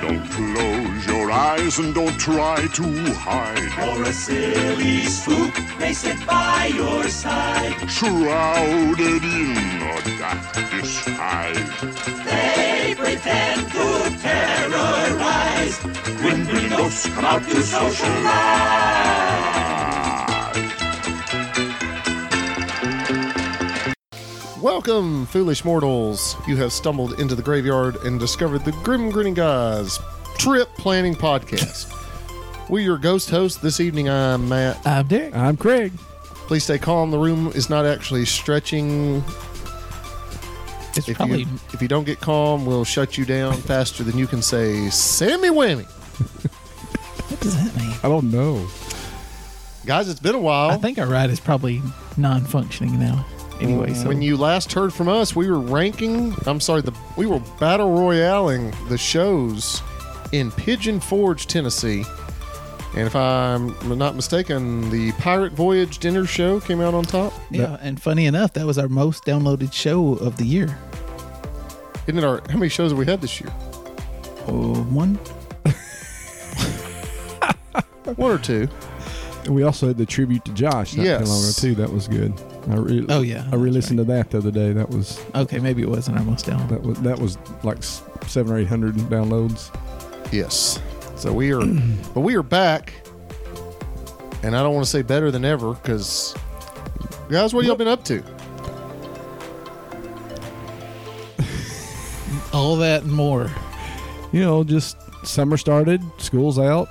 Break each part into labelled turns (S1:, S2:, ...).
S1: Don't close your eyes and don't try to hide.
S2: Or a silly spook may sit by your side.
S1: Shrouded in a dark disguise.
S2: They pretend to terrorize. Grim, grim ghosts come out to socialize.
S3: Welcome, foolish mortals. You have stumbled into the graveyard and discovered the Grim Grinning Guys Trip Planning Podcast. We're your ghost host this evening. I'm Matt.
S4: I'm Uh, Derek.
S5: I'm Craig.
S3: Please stay calm. The room is not actually stretching.
S4: It's
S3: If
S4: probably
S3: you if you don't get calm, we'll shut you down faster than you can say Sammy Whammy.
S4: what does that mean?
S5: I don't know.
S3: Guys, it's been a while.
S4: I think our ride is probably non-functioning now. Anyway, so
S3: Mm, When you last heard from us, we were ranking. I'm sorry, the we were battle royaling the shows in Pigeon Forge, Tennessee. And if I'm not mistaken, the Pirate Voyage dinner show came out on top.
S4: yeah, and funny enough, that was our most downloaded show of the year.
S3: Isn't it our? How many shows have we had this year?
S4: Oh, one.
S3: One or two.
S5: And we also had the tribute to Josh not
S3: Yes.
S5: too long ago too. That was good. I re-
S4: Oh, yeah.
S5: I re-listened to that the other day. That was
S4: Okay, maybe it wasn't our most downloaded.
S5: that was that was like s- seven or eight hundred downloads.
S3: Yes. So we are, but we are back. And I don't want to say better than ever because, guys, what have y'all been up to?
S4: All that and more.
S5: You know, just summer started, school's out.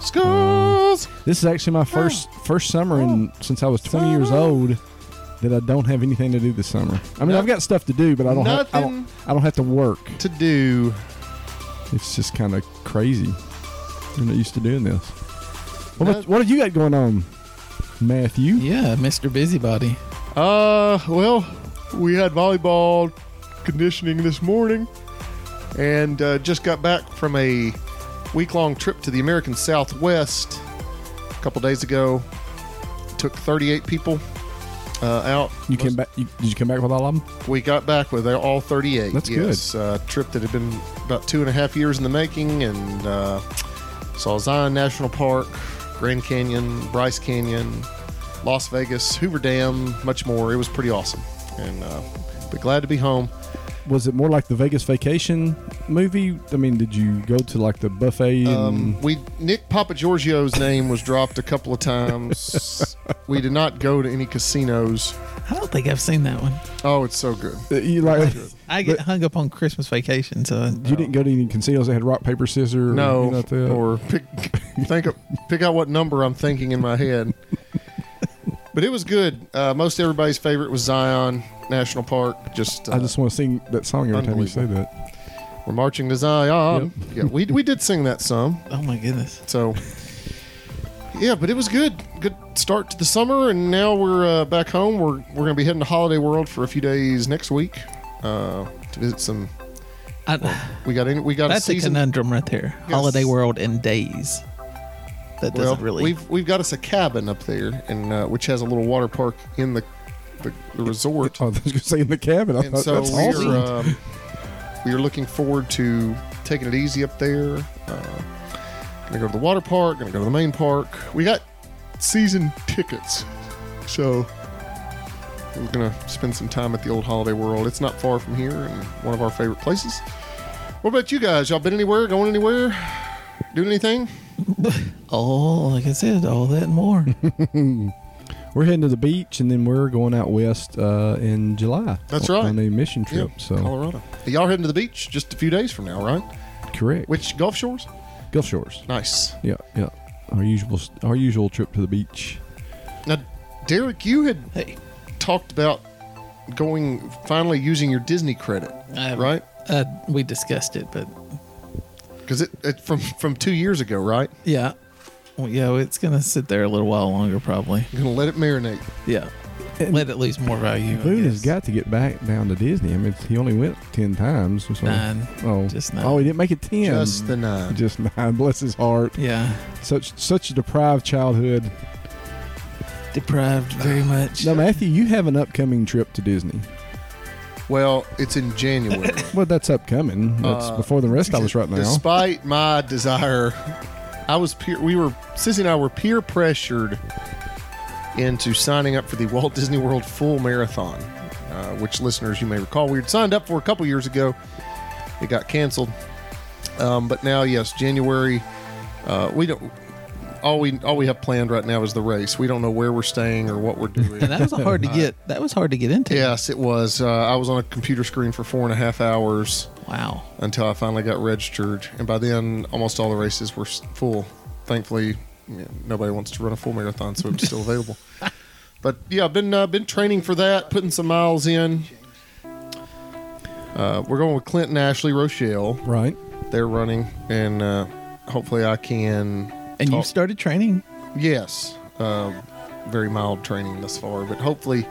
S3: Schools.
S5: This is actually my first first summer in since I was twenty years
S3: Summer.
S5: old that I don't have anything to do this summer. I mean,
S3: No-
S5: I've got stuff to do, but I don't have I don't, I don't have to work.
S3: To do.
S5: It's just kind of crazy. I'm not used to doing this. What,
S3: No.
S5: about- what have you got going on, Matthew?
S4: Yeah, Mr. Busybody.
S3: Uh, well, we had volleyball conditioning this morning, and uh, just got back from a week-long trip to the American Southwest a couple days ago. Took 38 people uh, out.
S5: You came back. You, did you come back with all of them?
S3: We got back with all 38.
S5: That's
S3: yes. good. Uh, trip that had been about two and a half years in the making, and uh, saw Zion National Park, Grand Canyon, Bryce Canyon, Las Vegas, Hoover Dam, much more. It was pretty awesome, and uh, be glad to be home.
S5: Was it more like the Vegas Vacation movie? I mean, did you go to like the buffet? And,
S3: Um, we Nick Papa Giorgio's name was dropped a couple of times. we did not go to any casinos.
S4: I don't think I've seen that one.
S3: Oh, it's so good.
S5: Uh, you like?
S4: I get
S5: But-
S4: hung up on Christmas vacation, so
S5: You didn't go to any casinos that had rock paper scissors. or,
S3: No,
S5: anything like that?
S3: or pick think of- pick out what number I'm thinking in my head. But it was good. Uh, most everybody's favorite was Zion National Park. Just, uh,
S5: I just want to sing that song every time you say that.
S3: we're marching to Zion. Yeah, we we did sing that some.
S4: oh my goodness.
S3: So yeah, but it was good. Good start to the summer, and now we're uh, back home. We're we're gonna be heading to Holiday World for a few days next week uh, to visit some.
S4: I,
S3: We got any, we got
S4: that's
S3: a
S4: a
S3: season.
S4: conundrum right there. Holiday World in days. That
S3: well,
S4: doesn't really.
S3: we've we've got us a cabin up there, and uh, which has a little water park in the the, the resort.
S5: Oh, I was going to say in the cabin. I
S3: and
S5: thought
S3: so
S5: that's
S3: we're
S5: awesome.
S3: um, we're looking forward to taking it easy up there. Uh, gonna go to the water park. Gonna go to the main park. We got season tickets, so we're gonna spend some time at the old Holiday World. It's not far from here, and one of our favorite places. What about you guys? Y'all been anywhere? Going anywhere? Doing anything?
S4: oh, like I said, all that and more.
S5: We're heading to the beach, and then we're going out west uh, in July.
S3: That's
S5: on-
S3: right.
S5: on a mission trip.
S3: Yeah,
S5: so
S3: Colorado. Y'all heading to the beach just a few days from now, right?
S5: correct.
S3: Which Gulf Shores?
S5: Gulf Shores.
S3: Nice.
S5: Yeah, yeah. Our usual our usual trip to the beach.
S3: Now, Derek, you had
S4: hey,
S3: talked about going finally using your Disney credit,
S4: I-
S3: right?
S4: uh, we discussed it, but
S3: Because it, it from from two years ago, right?
S4: Yeah. Well, yeah, it's going to sit there a little while longer, probably.
S3: You're gonna let it marinate.
S4: Yeah.
S5: And-
S4: Let it lose more value. I
S5: Boone has
S4: guess.
S5: got to get back down to Disney. I mean, he only went ten times. So,
S4: Nine.
S5: Oh,
S4: Just nine.
S5: Oh, he didn't make it ten.
S3: Just the nine.
S5: Just nine. Bless his heart.
S4: Yeah.
S5: Such such a deprived childhood.
S4: Deprived very much.
S5: Now, Matthew, you have an upcoming trip to Disney.
S3: Well, it's in January.
S5: Well, that's upcoming. That's
S4: Uh,
S5: before the rest of us right now.
S3: Despite my desire, I was peer, we were Sissy and I were peer pressured into signing up for the Walt Disney World Full Marathon, uh, which listeners you may recall we had signed up for a couple years ago. It got canceled, um, but now yes, January. Uh, we don't. All we all we have planned right now is the race. We don't know where we're staying or what we're doing.
S4: And that was hard to get. That was hard to get into.
S3: yes, it was. Uh, I was on a computer screen for four and a half hours
S4: Wow.
S3: until I finally got registered. And by then, almost all the races were s- full. Thankfully, you know, nobody wants to run a full marathon, so it's still available. But yeah, I've been uh, been training for that, putting some miles in. Uh, we're going with Clinton Ashley Rochelle.
S5: Right.
S3: They're running, and uh, hopefully, I can.
S4: And you
S3: talk-
S4: started training.
S3: Yes, um, very mild training thus far, but hopefully,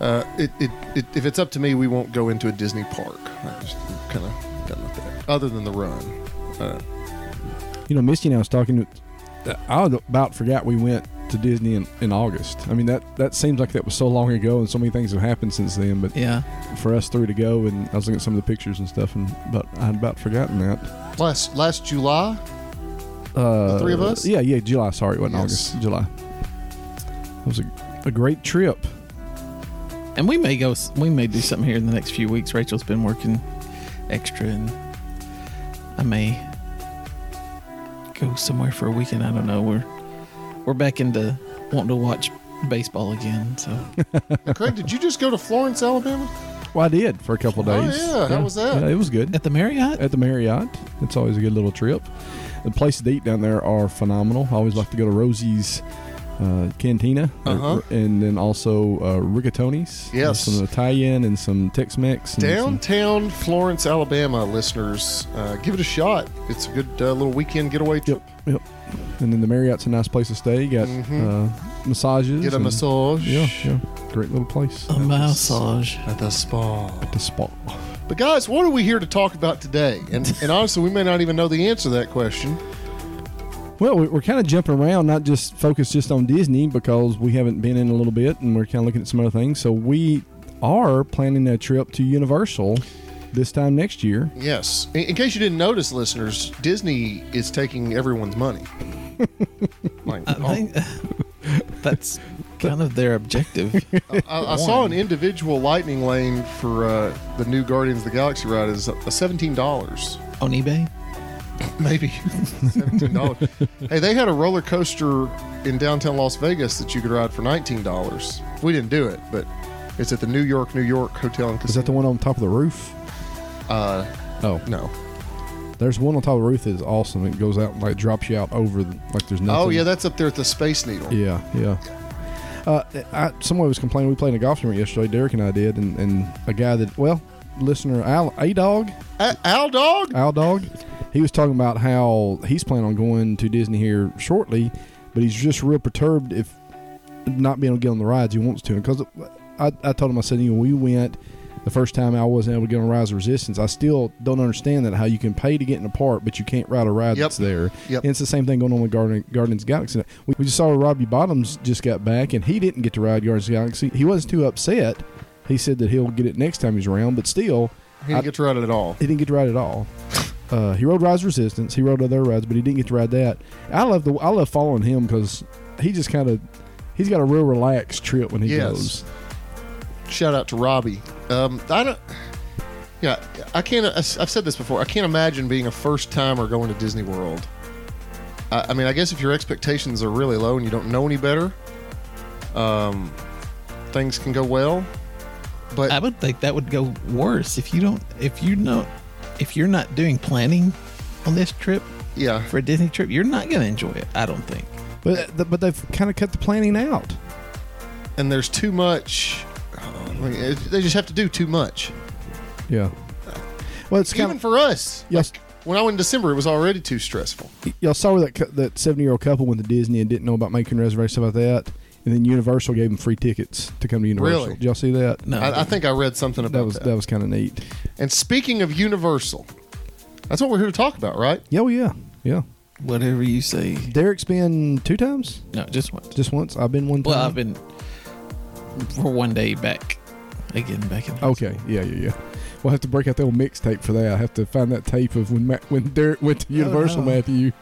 S3: uh, it, it, it if it's up to me, we won't go into a Disney park. I just kind of done with that. Other than the run,
S5: You know, Misty and I was talking to. I about forgot we went to Disney in, in August. I mean, that, that seems like that was so long ago, and so many things have happened since then. But
S4: Yeah.
S5: for us three to go, and I was looking at some of the pictures and stuff, and but I'd about forgotten that.
S3: last last July,
S5: Uh,
S3: three of us?
S5: Yeah, yeah, July. Sorry, it wasn't
S3: Yes.
S5: August. July. It was a, a great trip.
S4: And we may go. s- We may do something here in the next few weeks. Rachel's been working extra, and I may go somewhere for a weekend. I don't know. We're we're back into wanting to watch baseball again. So
S3: Now, Craig, did you just go to Florence, Alabama?
S5: Well, I did for a couple of
S3: Oh,
S5: days.
S3: yeah. How was that?
S5: Yeah, it was good.
S4: at the Marriott,
S5: At the Marriott, it's always a good little trip. The places to eat down there are phenomenal. I always like to go to Rosie's uh, Cantina,
S3: Uh-huh.
S5: and then also uh, Rigatoni's.
S3: Yes.
S5: some Italian and some Tex-Mex. And some-
S3: Downtown Florence, Alabama, listeners, uh, give it a shot. It's a good uh, little weekend getaway trip.
S5: yep. And then the Marriott's a nice place to stay. You got uh, massages.
S3: Mm-hmm. Get a
S5: and-
S3: massage
S5: Yeah, yeah. Great little place.
S4: a massage.
S3: at the spa.
S5: The spa.
S3: But guys, what are we here to talk about today? And, and honestly, we may not even know the answer to that question.
S5: Well, we- we're kind of jumping around, not just focused just on Disney because we haven't been in a little bit, and we're kind of looking at some other things. So we are planning a trip to Universal this time next year.
S3: Yes. In, in case you didn't notice, listeners, Disney is taking everyone's money. like,
S4: I think
S5: Oh.
S4: that's kind of their objective.
S3: I, I saw an individual lightning lane for uh, the new Guardians of the Galaxy ride is uh, seventeen dollars,
S4: on eBay.
S3: maybe seventeen dollars. hey, they had a roller coaster in downtown Las Vegas that you could ride for nineteen dollars. We didn't do it, but it's at the New York New York Hotel and
S5: Is that
S3: Casino.
S5: the one on top of the roof?
S3: Uh,
S5: Oh,
S3: no.
S5: there's one on top of the roof that's awesome. It goes out and like drops you out over the, like there's nothing.
S3: Oh yeah, that's up there at the Space Needle.
S5: Yeah, yeah. Uh, I, someone was complaining. We played in a golf tournament yesterday. Derek and I did, and, and a guy that well, listener Al A Dog,
S3: A- Owl Dog.
S5: Owl Dog, he was talking about how he's planning on going to Disney here shortly, but he's just real perturbed if not being able to get on the rides he wants to. Because I, I told him, I said, you know, we went the first time I wasn't able to get on Rise of Resistance. I still don't understand that how you can pay to get in a park, but you can't ride a
S3: Yep.
S5: ride that's there.
S3: Yep.
S5: And it's the same thing going on with Garden, Guardians of the Galaxy. We, we just saw Robbie Bottoms just got back, and he didn't get to ride Guardians of the Galaxy. He wasn't too upset. He said that he'll get it next time he's around, but still,
S3: He didn't get to ride it at all.
S5: he didn't get to ride at all. Uh, he rode Rise of Resistance. He rode other rides, but he didn't get to ride that. I love the I love following him because he just kind of he's got a real relaxed trip when he
S3: Yes.
S5: goes.
S3: Shout out to Robbie. Um, I don't. Yeah, I can't. I- I've said this before. I can't imagine being a first timer going to Disney World. I, I mean, I guess if your expectations are really low and you don't know any better, um, things can go well. But
S4: I would think that would go worse if you don't. If you know, if you're not doing planning on this trip
S3: yeah,
S4: for a Disney trip, you're not going to enjoy it. I don't think.
S5: But th- but they've kind of cut the planning out.
S3: and there's too much. I mean, it- they just have to do too much.
S5: Yeah. Well, it's kind
S3: Even
S5: of
S3: for us.
S5: yes.
S3: When I went in December, it was already too stressful.
S5: Y'all saw where that cou- that seventy year old couple went to Disney and didn't know about making reservations about that, and then Universal gave them free tickets to come to Universal.
S3: Really?
S5: Did y'all see that?
S4: No,
S3: I, I think I read something about
S5: That was that was kind of neat.
S3: And speaking of Universal, that's what we're here to talk about, right?
S5: Yeah, well, yeah, yeah.
S4: whatever you say.
S5: Derek's been two times,
S4: No, just once.
S5: just once. I've been one time.
S4: Well, I've been for one day back again back in.
S5: Okay, yeah, yeah, yeah. We'll have to break out the old mixtape for that. I have to find that tape of when Matt, when Derek went to Universal,
S4: no.
S5: Matthew.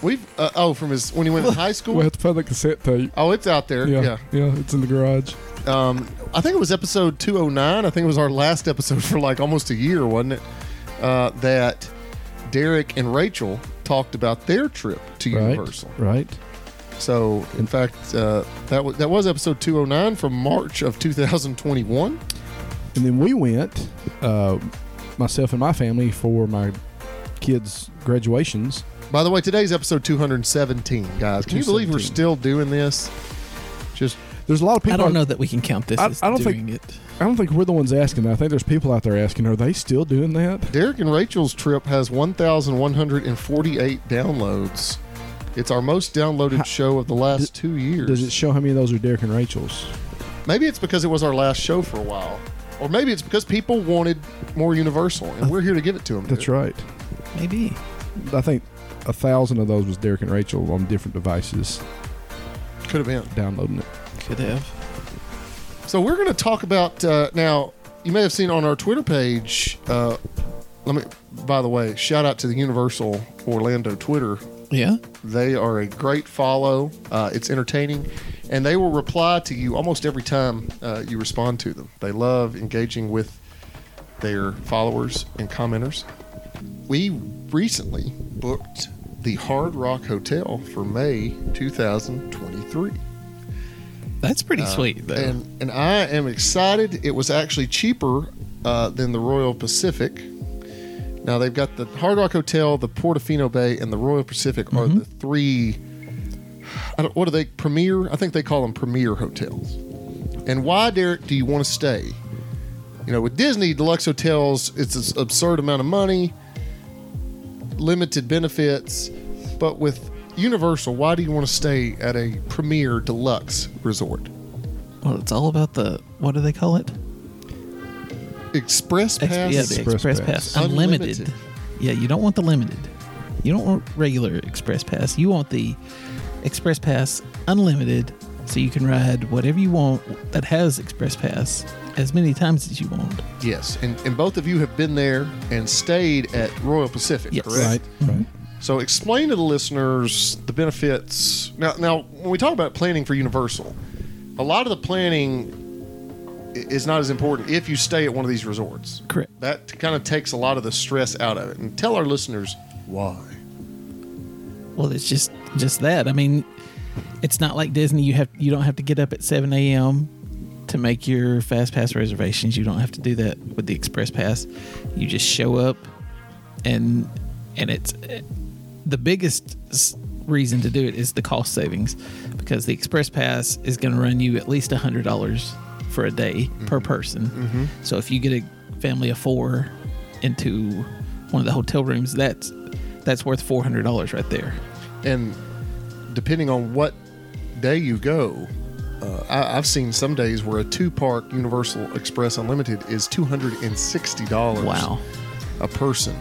S3: We've uh, oh from his when he went to high school.
S5: We'll have to find that cassette tape.
S3: Oh, it's out there.
S5: Yeah, yeah,
S3: Yeah.
S5: it's in the garage.
S3: Um, I think it was episode 209. I think it was our last episode for like almost a year, wasn't it? Uh, that Derek and Rachel talked about their trip to Universal.
S5: Right, right.
S3: So, in fact, uh, that, was that was episode 209 from March of 2021.
S5: And then we went, uh, myself and my family, for my kids' graduations.
S3: By the way, today's episode 217, guys. Can you believe we're
S5: 217.
S3: still doing this? Just
S5: There's a lot of people.
S4: I don't
S5: out-
S4: know that we can count this
S5: I-
S4: as
S5: I don't think-
S4: doing it.
S5: I don't think we're the ones asking that. I think there's people out there asking, are they still doing that?
S3: Derek and Rachel's trip has 1,148 downloads. It's our most downloaded
S5: How-
S3: show of the last two years.
S5: Does it show how many of those are Derek and Rachel's?
S3: Maybe it's because it was our last show for a while, or maybe it's because people wanted more Universal, and we're here to give it to them.
S5: That's right.
S4: Maybe.
S5: I think a thousand of those was Derek and Rachel on different devices
S3: Could have been.
S5: downloading it.
S4: Could have.
S3: So we're going to talk about uh, now. You may have seen on our Twitter page. Uh, let me. By the way, shout out to the Universal Orlando Twitter.
S4: Yeah.
S3: They are a great follow. Uh, it's entertaining, and they will reply to you almost every time uh, you respond to them. They love engaging with their followers and commenters. We recently booked the Hard Rock Hotel for May 2023.
S4: That's pretty sweet, though.
S3: Uh, And and I am excited. It was actually cheaper uh, than the Royal Pacific. Now they've got the Hard Rock Hotel, the Portofino Bay, and the Royal Pacific are the three. I don't, what are they? Premier? I think they call them premier hotels. And why, Derek, do you want to stay? You know, with Disney deluxe hotels, it's an absurd amount of money, limited benefits, but with Universal, why do you want to stay at a premier deluxe resort?
S4: well, it's all about the what do they call it?
S3: Express
S4: Ex-
S3: Pass.
S4: yeah, the
S5: Express
S4: express,
S5: Pass.
S4: pass.
S3: Unlimited.
S4: Unlimited. Yeah, you don't want the limited. You don't want regular express pass. You want the express pass unlimited, so you can ride whatever you want that has express pass as many times as you want.
S3: Yes, and, and both of you have been there and stayed at Royal Pacific,
S4: Yes.
S3: correct?
S5: right.
S3: So explain to the listeners the benefits. Now, now when we talk about planning for Universal, a lot of the planning i- is not as important if you stay at one of these resorts.
S4: Correct.
S3: That kind of takes a lot of the stress out of it. And tell our listeners why.
S4: Well, it's just just that. I mean, it's not like Disney. You have you don't have to get up at seven a.m. to make your fast pass reservations. You don't have to do that with the express pass. You just show up, and and it's the biggest s- reason to do it is the cost savings because the express pass is going to run you at least hundred dollars for a day per person. So if you get a family of four into one of the hotel rooms, that's that's worth four hundred dollars right there.
S3: And depending on what day you go, uh, I, I've seen some days where a two-park Universal Express Unlimited is two hundred and sixty dollars.
S4: Wow.
S3: a person.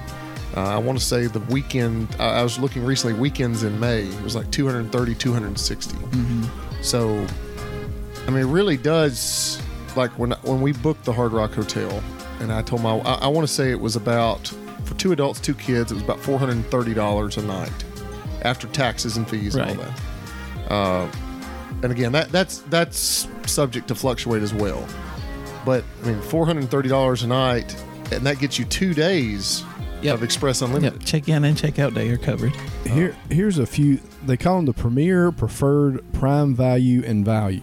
S3: Uh, I want to say the weekend, I, I was looking recently, weekends in May, it was like 230, 260. So, I mean, it really does, like when, when we booked the Hard Rock Hotel, and I told my, I, I want to say it was about, for two adults, two kids, it was about $430 a night after taxes and fees and all
S4: Right.
S3: that. Uh, and again, that that's that's subject to fluctuate as well. But I mean, four hundred and thirty dollars a night, and that gets you two days
S4: Yep.
S3: of Express
S4: Yep.
S3: Unlimited.
S4: Check in and check out day are covered.
S5: Here, here's a few. They call them the premier, preferred, prime value, and value.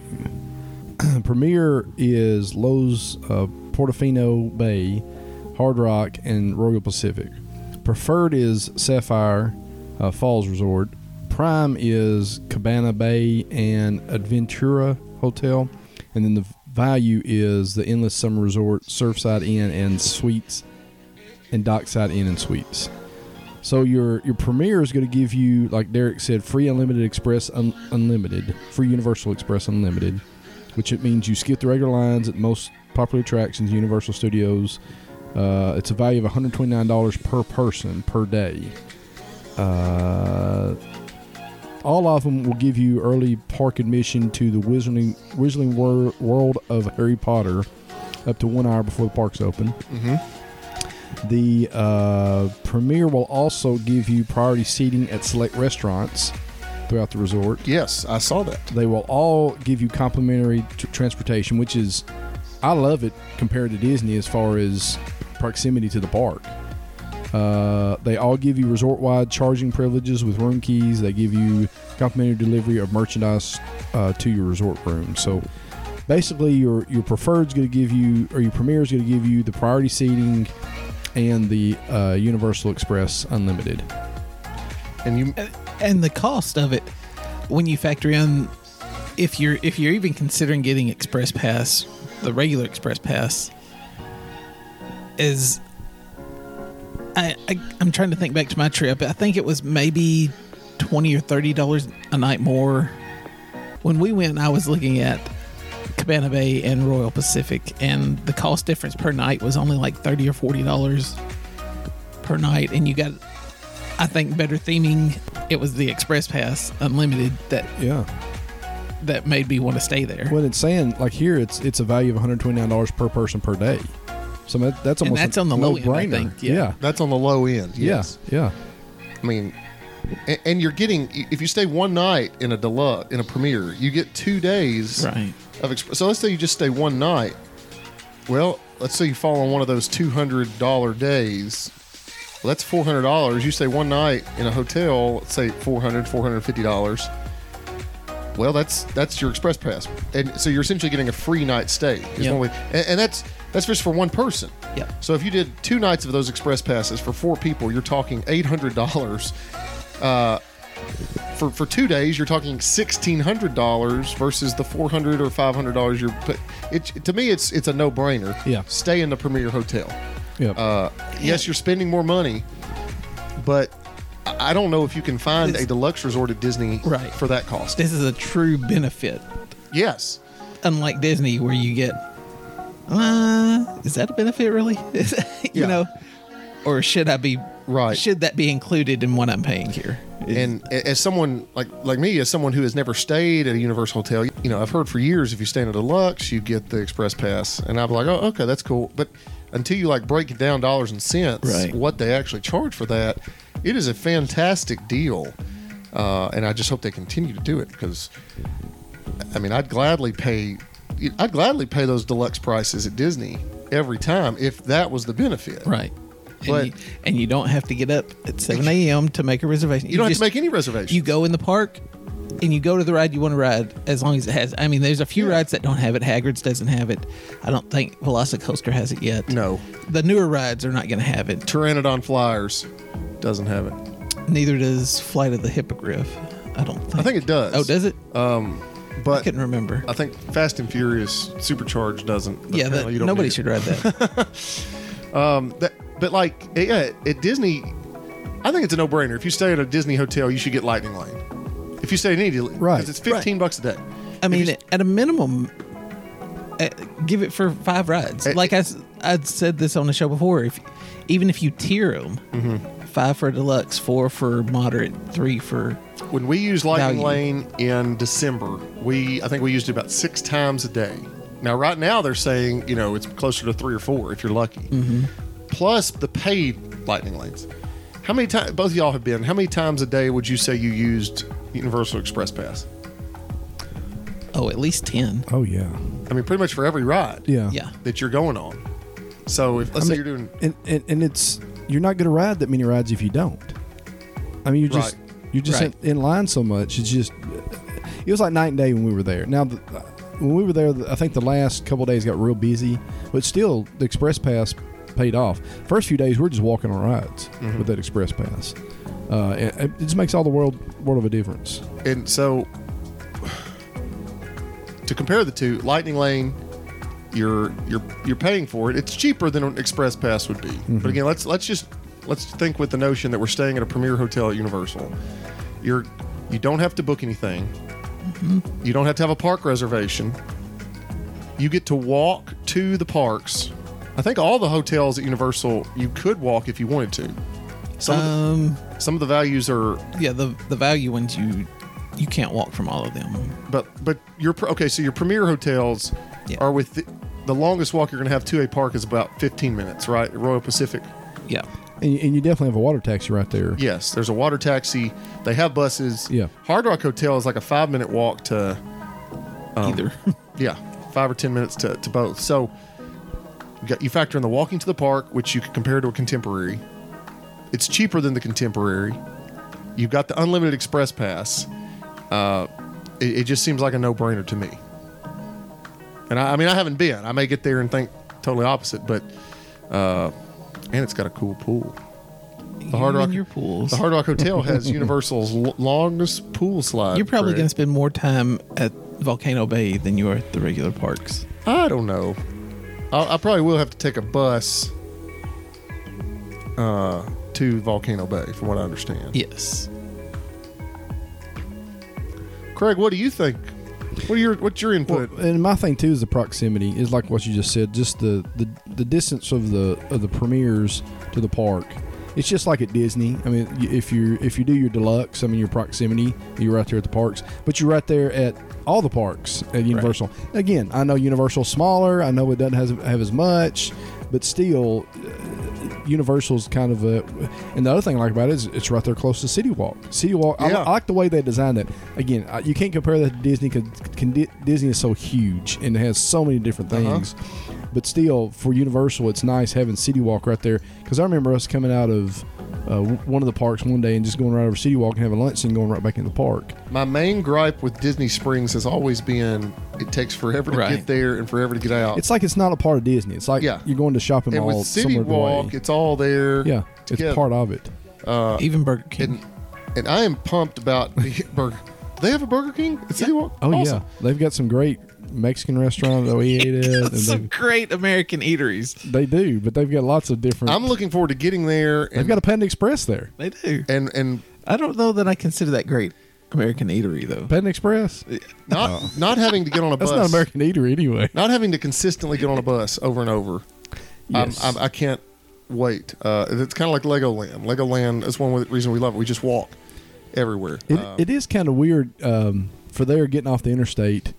S5: premier is Lowe's, uh, Portofino Bay, Hard Rock, and Royal Pacific. Preferred is Sapphire uh, Falls Resort. Prime is Cabana Bay and Adventura Hotel, and then the value is the Endless Summer Resort, Surfside Inn, and Suites, and Dockside Inn and Suites. So your your premiere is going to give you, like Derek said, free unlimited express un- unlimited, free Universal Express unlimited, which it means you skip the regular lines at most popular attractions, Universal Studios. Uh, it's a value of $129 per person per day. Uh, all of them will give you early park admission to the Wizarding, Wizarding Wor- World of Harry Potter, up to one hour before the parks open.
S3: Mm-hmm.
S5: The uh, premiere will also give you priority seating at select restaurants throughout the resort.
S3: Yes, I saw that.
S5: They will all give you complimentary tr- transportation, which is, I love it compared to Disney as far as proximity to the park. Uh, they all give you resort wide charging privileges with room keys. They give you complimentary delivery of merchandise uh, to your resort room. So basically, your, your preferred is going to give you, or your premier is going to give you the priority seating and the uh, Universal Express Unlimited.
S3: And you,
S4: Uh, and the cost of it when you factor in if you're if you're even considering getting express pass the regular express pass is I, I i'm trying to think back to my trip i think it was maybe 20 or 30 dollars a night more when we went i was looking at cabana bay and royal pacific and the cost difference per night was only like 30 or 40 dollars per night and you got i think better theming it was the express pass unlimited that
S5: Yeah.
S4: that made me want to stay there
S5: Well, it's saying like here, it's it's a value of one hundred twenty nine dollars per person per day. So that, that's
S4: And
S5: almost
S4: that's
S5: a
S4: on the low end, I
S5: no-brainer.
S4: think, yeah.
S5: yeah,
S3: that's on the low end. Yes.
S5: yeah,
S3: I mean, and, and you're getting if you stay one night in a deluxe in a premiere, you get two days
S4: right
S3: of exp- so let's say you just stay one night. Well, let's say you fall on one of those two hundred dollar days. Well, that's four hundred dollars. You stay one night in a hotel, let's say 400 dollars. Well, that's that's your express pass, and so you're essentially getting a free night stay. Is
S4: Yeah.
S3: one way, and, and that's that's just for one person.
S4: Yeah.
S3: So if you did two nights of those express passes for four people, you're talking eight hundred dollars uh, for for two days you're talking sixteen hundred dollars versus the four hundred or five hundred dollars you're put. It to me it's it's a no brainer.
S5: Yeah.
S3: stay in the premier hotel.
S5: yeah.
S3: Uh, yes, you're spending more money, but I I don't know if you can find
S4: This-
S3: a deluxe resort at Disney
S4: Right.
S3: for that cost.
S4: this is a true benefit
S3: Yes,
S4: unlike disney where you get uh is that a benefit really you
S3: Yeah.
S4: know or should i be
S3: Right.
S4: should that be included in what i'm paying here
S3: and a- as someone like like me, as someone who has never stayed at a Universal hotel, you know, I've heard for years if you stay in a deluxe, you get the express pass, and I'm like, oh, okay, that's cool. But until you like break it down dollars and cents,
S4: Right.
S3: what they actually charge for that, it is a fantastic deal, uh, and I just hope they continue to do it because, I mean, I'd gladly pay, I'd gladly pay those deluxe prices at Disney every time if that was the benefit.
S4: right
S3: But-
S4: and you, and you don't have to get up at 7 a.m to make a reservation
S3: You don't
S4: just-
S3: have to make any reservations.
S4: you go in the park and you go to the ride you want to ride as long as it has i mean there's a few
S3: Yeah.
S4: rides that don't have it hagrid's doesn't have it i don't think velocicoaster has it yet
S3: no,
S4: the newer rides are not going to have it
S3: Pteranodon Flyers doesn't have it.
S4: neither does flight of the hippogriff i don't think
S3: I think it does. Uh,
S4: oh does it i
S3: But
S4: couldn't remember
S3: I think Fast and Furious Supercharged doesn't. but
S4: yeah that,
S3: apparently you don't
S4: nobody
S3: need
S4: should
S3: It.
S4: ride that
S3: That, but like, yeah, at Disney, I think it's a no-brainer. If you stay at a Disney hotel, you should get Lightning Lane. If you stay in any,
S5: Right.
S3: Because it's fifteen bucks a day.
S4: i
S3: If you
S4: mean
S3: s-
S4: at a minimum uh, give it for five rides
S3: Uh,
S4: like I, s- i'd said this on the show before if even if you tier them
S3: Mm-hmm.
S4: five for deluxe four for moderate three for
S3: when we used Lightning
S4: Value.
S3: Lane in December, we I think we used it about six times a day. Now, right now, they're saying you know it's closer to three or four if you're lucky. Plus the paid Lightning Lanes. How many times? Both of y'all have been. How many times a day would you say you used Universal Express Pass?
S4: oh at least 10
S5: oh yeah,
S3: I mean, pretty much for every ride.
S5: yeah,
S4: yeah
S3: that you're going on. So if let's
S5: I
S3: say
S5: mean,
S3: you're doing
S5: and, and and it's you're not going to ride that many rides if you don't. I mean, you're just
S3: Right.
S5: you're just
S4: Right.
S5: in, in line so much. It's just it was like night and day when we were there. Now, the, when we were there, I think the last couple days got real busy, but still the express pass paid off. First few days we are just walking on rides
S3: Mm-hmm.
S5: with that express pass. Uh, it, it just makes all the world world of a difference.
S3: and so to compare the two, Lightning Lane, you're you're you're paying for it. It's cheaper than an express pass would be. But again, let's let's just let's think with the notion that we're staying at a premier hotel at Universal. You're you don't have to book anything. You don't have to have a park reservation. You get to walk to the parks. I think all the hotels at Universal you could walk if you wanted to. Some of the-
S4: um
S3: some of the values are
S4: yeah the the value ones you you can't walk from all of them
S3: but but your pr- okay so your premier hotels
S4: Yeah.
S3: are with the longest walk you're going to have to a park is about 15 minutes, right? Royal Pacific.
S4: Yeah.
S5: And, and you definitely have a water taxi right there.
S3: Yes, there's a water taxi. They have buses.
S5: Yeah.
S3: Hard Rock Hotel is like a five minute walk to Um,
S4: Either.
S3: yeah, five or ten minutes to, to both. So you, got, you factor in the walking to the park, which you could compare to a contemporary. It's cheaper than the contemporary. You've got the unlimited express pass. Uh, it, it just seems like a no brainer to me. And I, I mean, I haven't been. I may get there and think totally opposite, but uh, and it's got a cool pool. The Hard
S4: You and
S3: Rock-
S4: your pools.
S3: The Hard Rock Hotel has Universal's l- longest pool slide.
S4: You're probably
S3: Fred.
S4: going to spend more time at Volcano Bay than you are at the regular parks.
S3: I don't know. I, I probably will have to take a bus uh, to Volcano Bay, from what I understand.
S4: Yes.
S3: Craig, what do you think? What are your What's your input?
S5: Well, and my thing too is the proximity is like what you just said, just the, the the distance of the of the premieres to the park. It's just like at Disney. I mean, y- if you if you do your deluxe, I mean your proximity, you're right there at the parks, but you're right there at all the parks at Universal. Again, I know Universal's smaller. I know it doesn't have, have as much, but still, uh, Universal's kind of a. And the other thing I like about it is it's right there close to City Walk. City Walk. I,
S3: Yeah.
S5: I like the way they designed it. Again, I, you can't compare that to Disney because Disney is so huge and it has so many different
S3: Uh-huh.
S5: things. But still, for Universal, it's nice having City Walk right there because I remember us coming out of uh, w- one of the parks one day and just going right over City Walk and having lunch and going right back in the park.
S3: uh, My main gripe with Disney Springs has always been it takes forever to
S4: Right.
S3: get there and forever to get out.
S5: It's like it's not a part of Disney. It's like
S3: Yeah.
S5: you're going to shopping
S3: and
S5: mall
S3: with City
S5: somewhere
S3: Walk,
S5: away.
S3: it's all there.
S5: yeah,
S3: together.
S5: it's part of it.
S3: Uh,
S4: Even Burger King.
S3: And, and I am pumped about the burger. Do they have a Burger King at City Walk?
S5: Oh
S3: Awesome.
S5: yeah, they've got some great Mexican restaurant that we ate at. and
S4: Some
S5: they,
S4: great American eateries.
S5: they do, but they've got lots of different.
S3: I'm looking forward to getting there.
S5: they've
S3: And,
S5: got a Panda Express there.
S4: They do.
S3: and and
S4: I don't know that I consider that great American eatery though.
S5: Panda Express.
S3: not not having to get on a
S5: That's
S3: bus.
S5: not American eater anyway.
S3: not having to consistently get on a bus over and over.
S5: Yes.
S3: I'm, I'm, I can't wait. Uh, it's kind of like Legoland. Legoland is one reason we love it. We just walk everywhere.
S5: It,
S3: Uh,
S5: it is kind of weird um, for there getting off the interstate,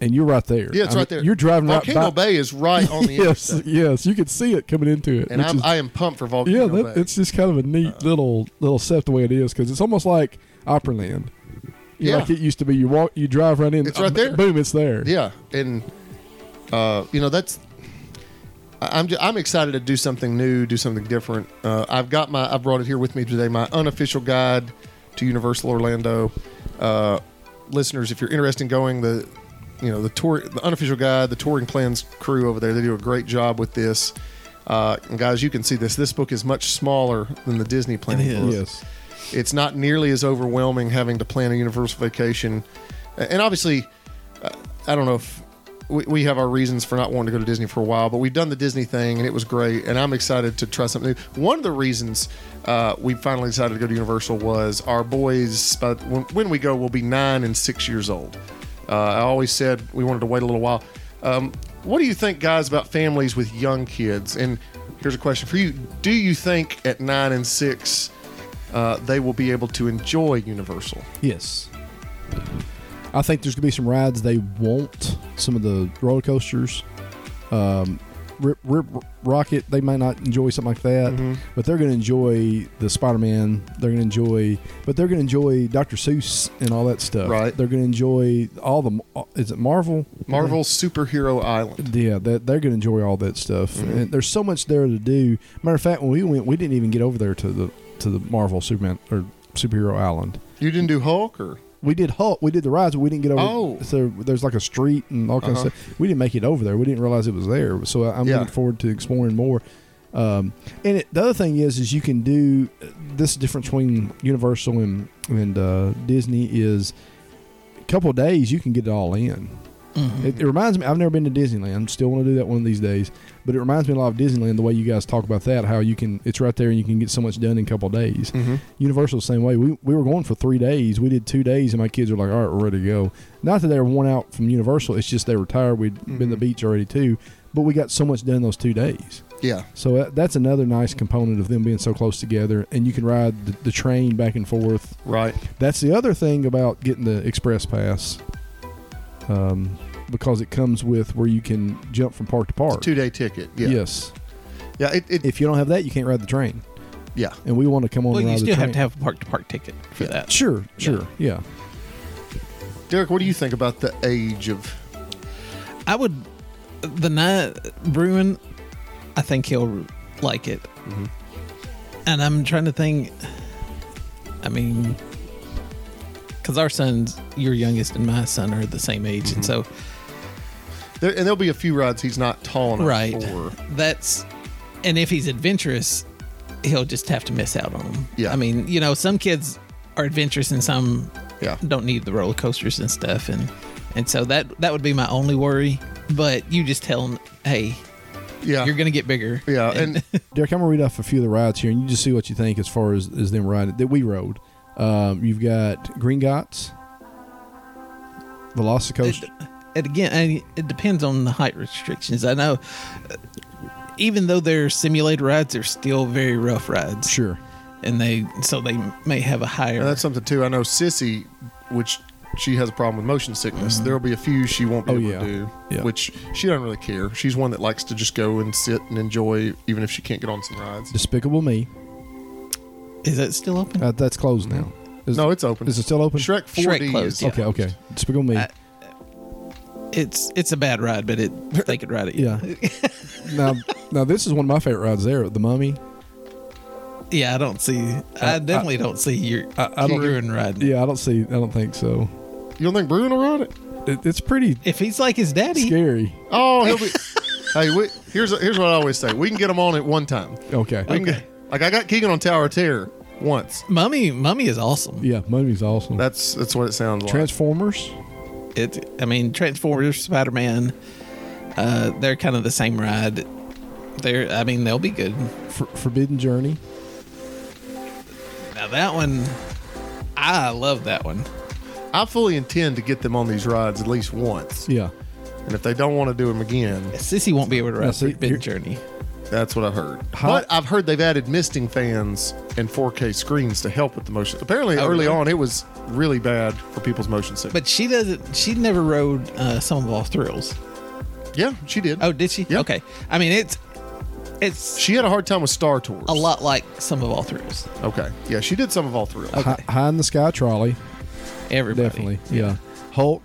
S5: and you're right there.
S3: yeah, it's right
S5: I mean,
S3: there.
S5: You're driving
S3: Volcano
S5: right by.
S3: Bay is right on the
S5: yes,
S3: interstate,
S5: yes, you can see it coming into it.
S3: and
S5: which
S3: I'm,
S5: is-
S3: I am pumped for Volcano
S5: yeah, that,
S3: Bay. Uh.
S5: it's just kind of a neat little little set the way it is because it's almost like Opryland. You know,
S3: Yeah.
S5: like it used to be. You walk, you drive right in.
S3: It's right
S5: uh,
S3: there.
S5: Boom, it's there.
S3: yeah, and uh, you know that's. I- I'm, ju- I'm excited to do something new, do something different. Uh, I've got my I brought it here with me today, my unofficial guide to Universal Orlando. Uh, listeners, if you're interested in going, the you know the tour, the unofficial guide, the touring plans crew over there, they do a great job with this. Uh, and guys, you can see this. This book is much smaller than the Disney plan.
S4: It is.
S3: book
S5: Yes.
S3: it's not nearly as overwhelming having to plan a universal vacation. And obviously, uh, I don't know if we, we have our reasons for not wanting to go to Disney for a while, but we've done the Disney thing and it was great. And I'm excited to try something new. One of the reasons uh, we finally decided to go to Universal was our boys, by, the- when, when we go, will be nine and six years old. Uh, I always said we wanted to wait a little while. Um, what do you think, guys, about families with young kids? And here's a question for you Do you think at nine and six, uh, they will be able to enjoy Universal.
S5: Yes. I think there's going to be some rides they won't. Some of the roller coasters, um, Rip, Rip Rocket, they might not enjoy something like that, but they're going to enjoy the Spider Man. They're going to enjoy, but they're going to enjoy Dr. Seuss and all that stuff.
S3: Right.
S5: They're going to enjoy all the. Is it Marvel?
S3: Marvel Superhero Island.
S5: Yeah, that they're going to enjoy all that stuff. And there's so much there to do. Matter of fact, when we went, we didn't even get over there to the to the Marvel Superman or Superhero Island.
S3: You didn't do Hulk or
S5: We did Hulk. We did the rides, but we didn't get over.
S3: Oh.
S5: so there's like a street and all kinds
S3: Uh-huh.
S5: of stuff. We didn't make it over there. We didn't realize it was there. So I- I'm
S3: Yeah.
S5: looking forward to exploring more. Um, and it, the other thing is, is you can do this is difference between Universal and and uh, Disney is a couple of days you can get it all in. It, it reminds me. I've never been to Disneyland. Still want to do that one of these days. But it reminds me a lot of Disneyland. The way you guys talk about that, how you can it's right there and you can get so much done in a couple of days. Universal the same way. We we were going for three days. We did two days, and my kids were like, "All right, we're ready to go." Not that they were worn out from Universal. It's just they were tired. we had been to the beach already too. But we got so much done those two days.
S3: yeah,
S5: So that, that's another nice component of them being so close together, and you can ride the, the train back and forth
S3: right.
S5: that's the other thing about getting the express pass. Um, because it comes with where you can jump from park to park.
S3: Two day ticket. Yeah.
S5: Yes.
S3: Yeah. It, it,
S5: If you don't have that, you can't ride the train.
S3: yeah.
S5: And we want to come on
S4: Well,
S5: and ride
S4: you
S5: the
S4: still
S5: train.
S4: have to have a park to park ticket for
S3: Yeah.
S4: that.
S5: Sure, sure, yeah.
S3: Derek, what do you think about the age of?
S4: I would. The night Bruin, I think he'll like it.
S3: Mm-hmm.
S4: And I'm trying to think. I mean, because our sons, your youngest and my son, are the same age,
S3: Mm-hmm.
S4: and so
S3: There, and there'll be a few rides he's not tall enough
S4: Right.
S3: for.
S4: that's and if he's adventurous he'll just have to miss out on them
S3: Yeah.
S4: i mean you know some kids are adventurous and some
S3: Yeah.
S4: don't need the roller coasters and stuff and and so that that would be my only worry but you just tell him hey
S3: Yeah.
S4: you're gonna get bigger
S3: yeah. And
S5: Derek, I'm gonna read off a few of the rides here, and you just see what you think as far as, as them riding that we rode. Um, you've got Green Gots,
S4: it,
S5: Velocicoaster.
S4: it again and it depends on the height restrictions i know uh, even though they're simulated rides they're still very rough rides
S5: Sure,
S4: and they so they may have a higher
S3: And that's something too. I know Sissy, which she has a problem with motion sickness. There'll be a few she won't be
S5: Oh,
S3: able
S5: yeah.
S3: to do,
S5: Yeah.
S3: which she doesn't really care. She's one that likes to just go and sit and enjoy, even if she can't get on some rides.
S5: Despicable Me.
S4: is that still open
S5: Uh, that's closed now. Is,
S3: no, it's open.
S5: is it still open?
S3: Shrek 4D
S4: Shrek closed,
S3: is
S4: yeah.
S5: Okay, okay. Despicable Me.
S4: I- it's it's a bad ride, but it they could ride it.
S5: yeah. now, now this is one of my favorite rides there. The Mummy.
S4: yeah. I don't see. I definitely don't see your I,
S5: I don't-
S4: ruin riding.
S5: Yeah, I don't see. I don't think so.
S3: You don't think Bruin will ride it?
S5: It, it's pretty
S4: If he's like his daddy,
S5: scary.
S3: Oh, he'll be. hey, we, here's here's what I always say: we can get them on at one time.
S5: Okay.
S3: We can get- like I got Keegan on Tower of Terror once.
S4: mummy mummy is awesome.
S5: Yeah, Mummy's awesome.
S3: That's that's what it sounds like.
S5: Transformers.
S4: It. I mean, Transformers, Spider Man, uh, they're kind of the same ride. They're. I mean, they'll be good.
S5: For, Forbidden Journey.
S4: Now that one, I love that one.
S3: I fully intend to get them on these rides at least once,
S5: Yeah.
S3: and if they don't want to do them again,
S4: Sissy won't be able to
S5: Now,
S4: ride
S5: see,
S4: Forbidden
S5: you're-
S4: Journey.
S3: That's what I've heard.
S5: Hot-
S3: But I've heard they've added misting fans and 4K screens to help with the motion. Apparently,
S4: Oh,
S3: early
S4: really?
S3: on, it was really bad for people's motion sickness.
S4: But she doesn't. She never rode uh, some of all thrills.
S3: But yeah, she did.
S4: Oh, did she?
S3: Yeah.
S4: Okay. I mean, it's it's
S3: She had a hard time with Star Tours.
S4: a lot like some of all thrills.
S3: Okay. Yeah, she did some of all three.
S5: Hi, high in the Sky Trolley.
S4: Everybody.
S5: Definitely. Yeah. Hulk.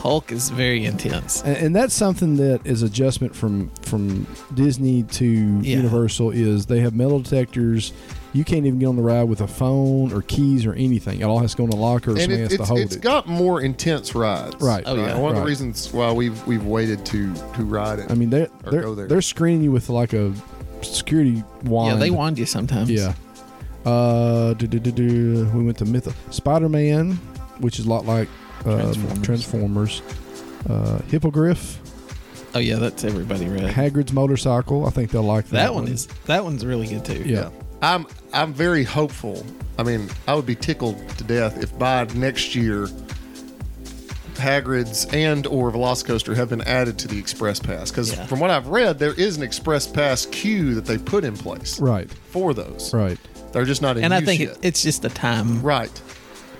S4: Hulk is very intense.
S5: And, and that's something that is adjustment from from Disney to
S4: Yeah.
S5: Universal is they have metal detectors. You can't even get on the ride with a phone or keys or anything. It all has to go in a locker or
S3: And
S5: somebody
S3: it,
S5: has to
S3: it's,
S5: hold
S3: it's
S5: it.
S3: got more intense rides.
S5: Right. Oh,
S4: yeah.
S3: One of
S5: Right.
S3: the reasons why we've we've waited to to ride it.
S5: I mean, they're
S3: Or
S5: they're,
S3: go there.
S5: they're screening you with like a security wand.
S4: Yeah, they wand you sometimes.
S5: Yeah. Uh, do, do, do, do. We went to Myth Spider Man, which is a lot like um,
S4: Transformers.
S5: Transformers. Uh, Hippogriff,
S4: Oh yeah, that's everybody red.
S5: Hagrid's motorcycle. I think they'll like that.
S4: that one is that one's really good too.
S5: Yeah.
S3: I'm I'm very hopeful. I mean, I would be tickled to death if by next year Hagrid's and or Velocicoaster have been added to the Express Pass because
S4: Yeah.
S3: from what I've read, there is an Express Pass queue that they put in place
S5: Right.
S3: for those.
S5: Right.
S3: They're just not in
S4: And I
S3: use
S4: think
S3: yet.
S4: it, it's just the time.
S3: right.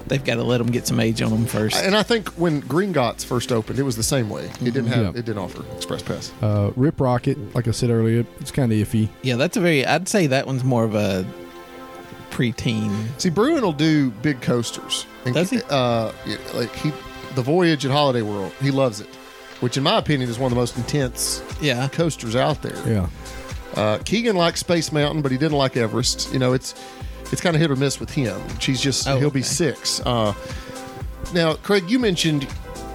S4: They've got to let them get some age on them first.
S3: And I think when Green Gots first opened, it was the same way. It didn't have
S5: Mm-hmm. Yeah.
S3: it didn't offer Express Pass.
S5: Uh, Rip Rocket, like I said earlier, it's kind of iffy.
S4: yeah, that's a very. I'd say that one's more of a preteen.
S3: See, Bruin will do big coasters. And,
S4: Does he?
S3: Uh, yeah, like he, the voyage at Holiday World, he loves it, which in my opinion is one of the most intense
S4: Yeah.
S3: coasters out there.
S5: Yeah.
S3: Uh, Keegan liked Space Mountain, but he didn't like Everest. You know, it's it's kind of hit or miss with him. She's just
S4: Oh,
S3: he'll be
S4: okay.
S3: six. Uh, now, Craig, you mentioned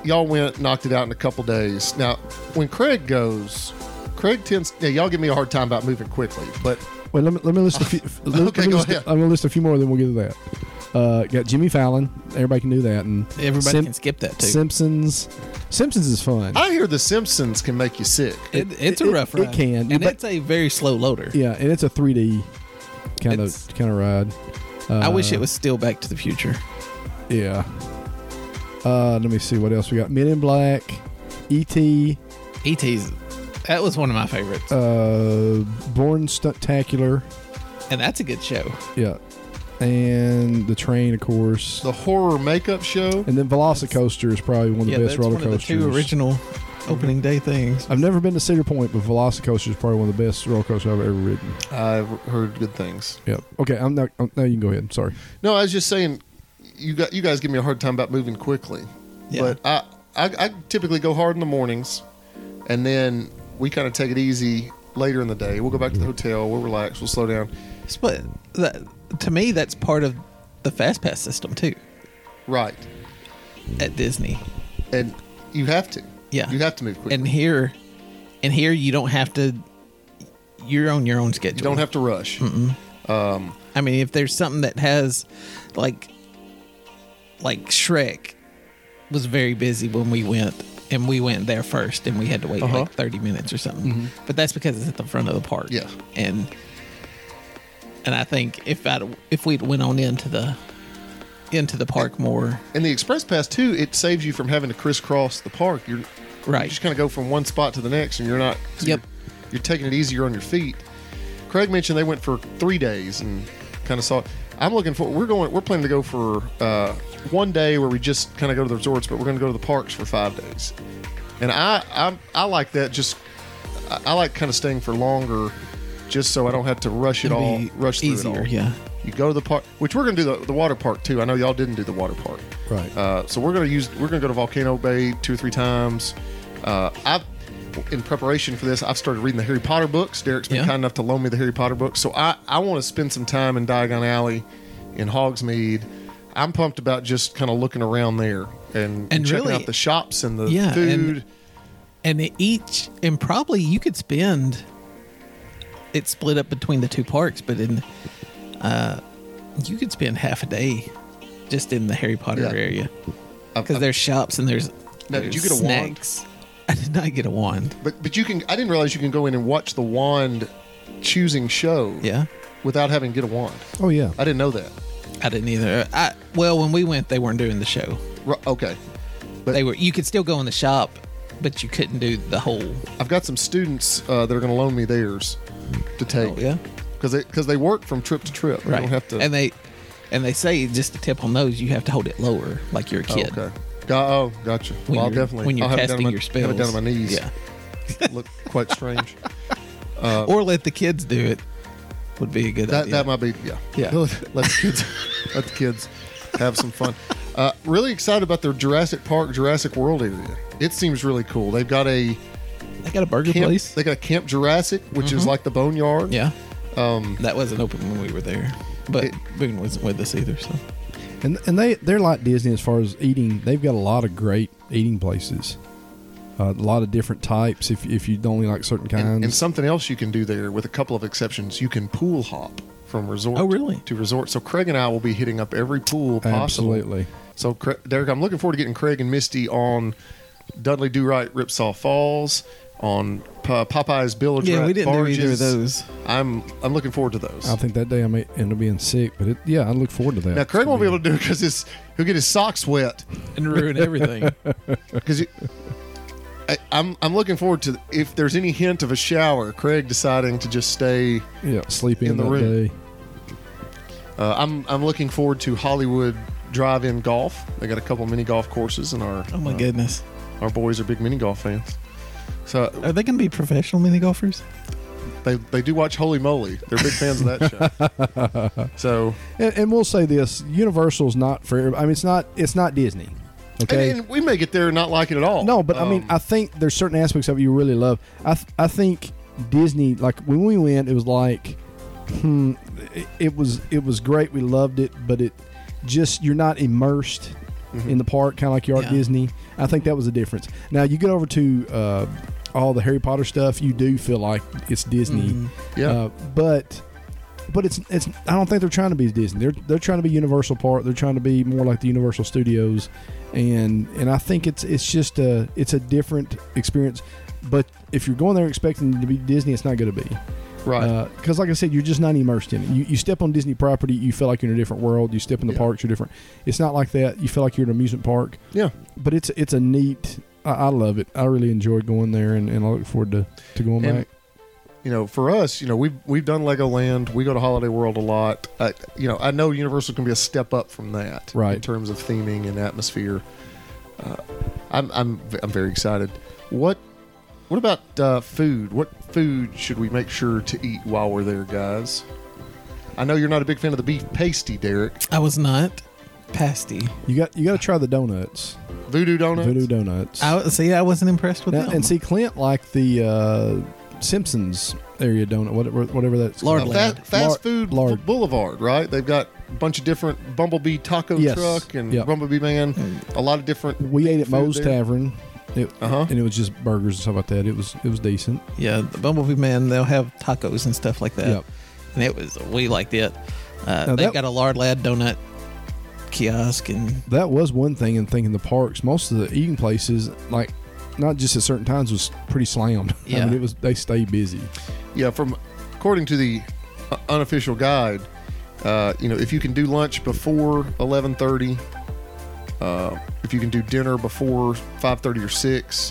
S3: y'all went knocked it out in a couple days. Now, when Craig goes, Craig tends. Yeah, y'all give me a hard time about moving quickly, but
S5: Wait, let me, let me list a few. let, let
S3: Okay,
S5: me
S3: go
S5: list-
S3: ahead.
S5: I'm gonna list a few more, then we'll get to that. Uh, got Jimmy Fallon. Everybody can do that, and
S4: Everybody
S5: Sim-
S4: can skip that too.
S5: Simpsons. Simpsons is fun.
S4: Ah!
S3: I hear the Simpsons can make you sick.
S4: it, it's a
S5: it-
S4: rough
S5: it
S4: ride.
S5: can,
S4: and
S5: but-
S4: it's a very slow loader.
S5: yeah, and it's a 3D kind
S4: It's-
S5: of kind of ride.
S4: I wish
S5: Uh,
S4: it was still Back to the Future.
S5: Yeah. Uh, let me see what else we got. Men in Black, E E.T.,
S4: ET's E that was one of my favorites,
S5: uh, Born Stuntacular.
S4: and that's a good show.
S5: Yeah. and the train, of course.
S3: The horror makeup show.
S5: And then Velocicoaster is probably one of the
S4: yeah,
S5: best
S4: that's
S5: roller
S4: one of the
S5: coasters. Uh,
S4: two original opening day things.
S5: I've never been to Cedar Point, but Velocicoaster is probably one of the best roller coasters I've ever ridden.
S3: I've heard good things.
S5: Yep. Okay, I'm not. I'm, no, you can go ahead. Sorry.
S3: No, I was just saying, you got you guys give me a hard time about moving quickly,
S4: Yeah.
S3: but I, I I typically go hard in the mornings, and then we kind of take it easy later in the day. We'll go back to the hotel. We'll relax. We'll slow down.
S4: It's- But that, to me, that's part of the fast pass system too
S3: Right,
S4: at Disney.
S3: and you have to.
S4: Yeah.
S3: you have to move quickly.
S4: And here, and here you don't have to. You're on your own schedule.
S3: you don't have to rush.
S4: I mean, if there's something that has, like, like Shrek was very busy when we went, and we went there first, and we had to wait
S3: Uh-huh. Mm-hmm.
S4: like 30 minutes or something. But that's because it's at the front of the park.
S3: Yeah.
S4: and and I think if I if we would went on into the into the park more,
S3: And the express pass too, it saves you from having to crisscross the park. You're You
S4: right?
S3: just kind of go from one spot to the next, and you're not. so
S4: Yep.
S3: You're, you're taking it easier on your feet. Craig mentioned they went for three days and kind of saw. I'm looking for. We're going. We're planning to go for uh, one day where we just kind of go to the resorts, but we're going to go to the parks for five days. And I I, I like that. Just I, I like kind of staying for longer, just so I don't have to rush it
S4: It'll
S3: all.
S4: be
S3: Rush through it
S4: easier,
S3: all.
S4: yeah.
S3: You go to the park, which we're going to do the, the water park too. I know y'all didn't do the water park.
S5: Right.
S3: Uh, so we're gonna use we're gonna go to Volcano Bay two or three times. Uh, I've in preparation for this, I've started reading the Harry Potter books. Derek's been
S4: Yeah.
S3: kind enough to loan me the Harry Potter books, so I I want to spend some time in Diagon Alley, in Hogsmeade. I'm pumped about just kind of looking around there and,
S4: And
S3: checking
S4: really-
S3: out the shops and the
S4: Yeah, and-
S3: food.
S4: and it each and probably you could spend it's split up between the two parks but in uh you could spend half a day just in the harry potter
S3: Yeah.
S4: area
S3: I've-
S4: because there's shops and there's
S3: Now, did
S4: there's
S3: you get a wand?
S4: snacks. i did not get a wand
S3: But but you can I didn't realize you can go in and watch the wand choosing show
S4: yeah
S3: without having to get a wand.
S5: Oh yeah.
S3: I didn't know that.
S4: i didn't either i well when we went they weren't doing the show
S3: Ru- Okay, But-
S4: they were you could still go in the shop but you couldn't do the whole
S3: I've got some students uh, that are going to loan me theirs to take.
S4: oh, yeah
S3: because they because they work from trip to trip. They
S4: right
S3: don't have to.
S4: and they and they say just a tip on those you have to hold it lower like you're a
S3: oh,
S4: kid
S3: okay. Got, oh, gotcha.
S4: when
S3: well, I'll
S4: you're,
S3: definitely
S4: when you're
S3: I'll have
S4: testing
S3: it down to my,
S4: your spells.
S3: Have it down to my knees.
S4: Yeah.
S3: look quite strange.
S4: or let the kids do it would be a good
S3: Uh, That
S4: idea.
S3: that might be yeah
S4: Yeah.
S3: let the kids let the kids have some fun. Uh, really excited about their Jurassic Park Jurassic World area. It seems really cool. They've got a
S4: I got a burger
S3: camp,
S4: place. Mm-hmm.
S3: they got a Camp Jurassic, which is like the Boneyard.
S4: yeah. Um, that wasn't open when we were there, but
S3: It-
S4: Boone wasn't with us either. So
S5: And and they they're like Disney as far as eating. They've got a lot of great eating places. Uh, a lot of different types. If if you only like certain kinds.
S3: And, and something else you can do there, with a couple of exceptions, you can pool hop from resort
S4: Oh, really?
S3: to resort. So Craig and I will be hitting up every pool possible.
S5: Absolutely.
S3: So, Cra- Derek, I'm looking forward to getting Craig and Misty on Dudley Do Right Ripsaw Falls, on Pa- Popeye's Village.
S4: yeah,
S3: Rat
S4: we didn't do either
S3: Barges.
S4: of those.
S3: I'm I'm looking forward to those.
S5: I think that day I may end up being sick, but it, yeah, I look forward to that.
S3: now Craig won't be able to do it because his he'll get his socks wet.
S4: And ruin everything.
S3: Because I'm I'm looking forward to if there's any hint of a shower, Craig deciding to just stay.
S5: yeah, sleeping
S3: in the
S5: that
S3: room.
S5: day.
S3: Uh, I'm I'm looking forward to Hollywood Drive-In Golf. They got a couple mini golf courses, and our
S4: oh my
S3: uh,
S4: goodness,
S3: our boys are big mini golf fans. So
S4: are they going to be professional mini golfers?
S3: they, they do watch Holy Moly. They're big fans of that show. so
S5: And, and we'll say this: Universal's not for. everybody. I mean, it's not. It's not Disney. Okay.
S3: and, and we may get there and not like it at all.
S5: No, but I mean,
S3: Um,
S5: I think there's certain aspects of it you really love. I th- I think Disney, like when we went, it was like, hmm, it, it was it was great. We loved it, but it just you're not immersed in the park, kind of like you are at
S4: Yeah.
S5: Disney. I think that was the difference. Now you get over to uh, all the Harry Potter stuff, you do feel like it's Disney,
S4: Mm. Mm-hmm.
S3: Yeah.
S5: uh, but. But it's it's. I don't think they're trying to be Disney. They're they're trying to be Universal Park. They're trying to be more like the Universal Studios, and and I think it's it's just a it's a different experience. But if you're going there expecting it to be Disney, it's not going to be.
S3: right.
S5: Because like I said, you're just not immersed in it. You, you step on Disney property, you feel like you're in a different world. You step in the
S3: Yeah.
S5: parks, you're different. It's not like that. You feel like you're in an amusement park.
S3: yeah.
S5: But it's it's a neat. I, I love it. I really enjoyed going there, and, and I look forward to to going
S3: And
S5: back.
S3: you know, for us, you know, we've we've done Legoland. We go to Holiday World a lot. I, you know, I know Universal can be a step up from that,
S5: Right.
S3: in terms of theming and atmosphere. Uh, I'm I'm I'm very excited. What what about uh, food? What food should we make sure to eat while we're there, guys? I know you're not a big fan of the beef pasty, Derek.
S4: I was not pasty.
S5: You got you got to try the donuts,
S3: Voodoo donuts.
S5: voodoo donuts.
S4: I see. I wasn't impressed with
S5: Now-
S4: them.
S5: and see Clint like the uh, Simpsons area donut, whatever, whatever that's
S4: Lard
S5: called.
S4: Lard.
S3: Fast, fast
S5: Lard-
S3: food
S5: lard.
S3: boulevard, right? They've got a bunch of different Bumblebee taco
S5: Yes.
S3: truck and
S5: Yep.
S3: Bumblebee man. A lot of different.
S5: We ate at
S3: food
S5: Moe's
S3: there.
S5: Tavern, it,
S3: Uh-huh.
S5: and it was just burgers and stuff like that. It was it was decent.
S4: yeah, the Bumblebee Man. They'll have tacos and stuff like that.
S5: Yep.
S4: And it was we liked it. Uh,
S5: Now
S4: they've
S5: that-
S4: got a lard lad donut kiosk and
S5: That was one thing in thinking the parks. Most of the eating places, like not just at certain times, was pretty slammed. I
S4: Yeah.
S5: mean, it was they stay busy.
S3: Yeah, from according to the uh, unofficial guide, uh, you know, if you can do lunch before eleven thirty, uh, if you can do dinner before five thirty or six,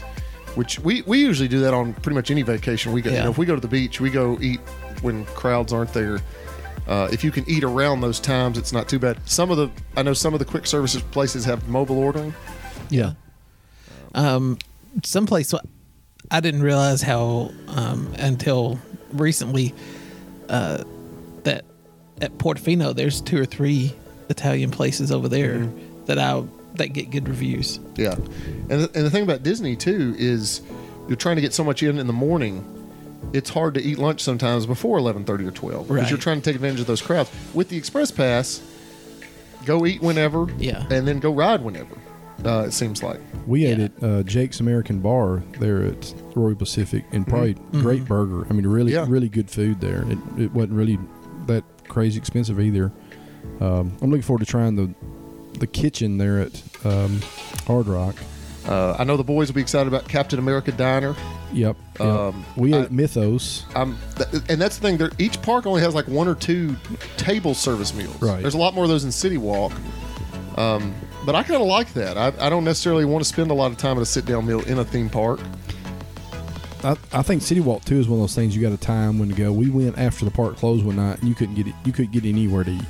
S3: which we we usually do that on pretty much any vacation we go. You
S4: Yeah.
S3: know, if we go to the beach, we go eat when crowds aren't there. Uh, if you can eat around those times, it's not too bad. Some of the I know some of the quick services places have mobile ordering.
S5: Yeah,
S4: um, someplace wh- I didn't realize how um, until recently uh, that at Portofino there's two or three Italian places over there
S3: Mm-hmm.
S4: that I that get good reviews.
S3: Yeah, and the, and the thing about Disney too is you're trying to get so much in in the morning. It's hard to eat lunch sometimes before eleven thirty or twelve because
S4: Right.
S3: you're trying to take advantage of those crowds. With the express pass, go eat whenever,
S4: Yeah.
S3: and then go ride whenever. Uh, it seems like
S5: we ate
S4: Yeah.
S5: at uh, Jake's American Bar there at Royal Pacific, and probably great burger. I mean, really
S3: Mm-hmm. Yeah.
S5: really good food there. It it wasn't really that crazy expensive either. Um, I'm looking forward to trying the the kitchen there at um, Hard Rock.
S3: uh, I know the boys will be excited about Captain America Diner.
S5: Yep. yep.
S3: Um,
S5: we
S3: I-
S5: ate Mythos.
S3: Um, th- and that's the thing. There, each park only has like one or two table service meals.
S5: Right.
S3: There's a lot more of those in City Walk. Um, but I kind of like that. I, I don't necessarily want to spend a lot of time at a sit down meal in a theme park.
S5: I, I think City Walk too is one of those things you got to time when to go. We went after the park closed one night, and you couldn't get it. You could not get anywhere to eat.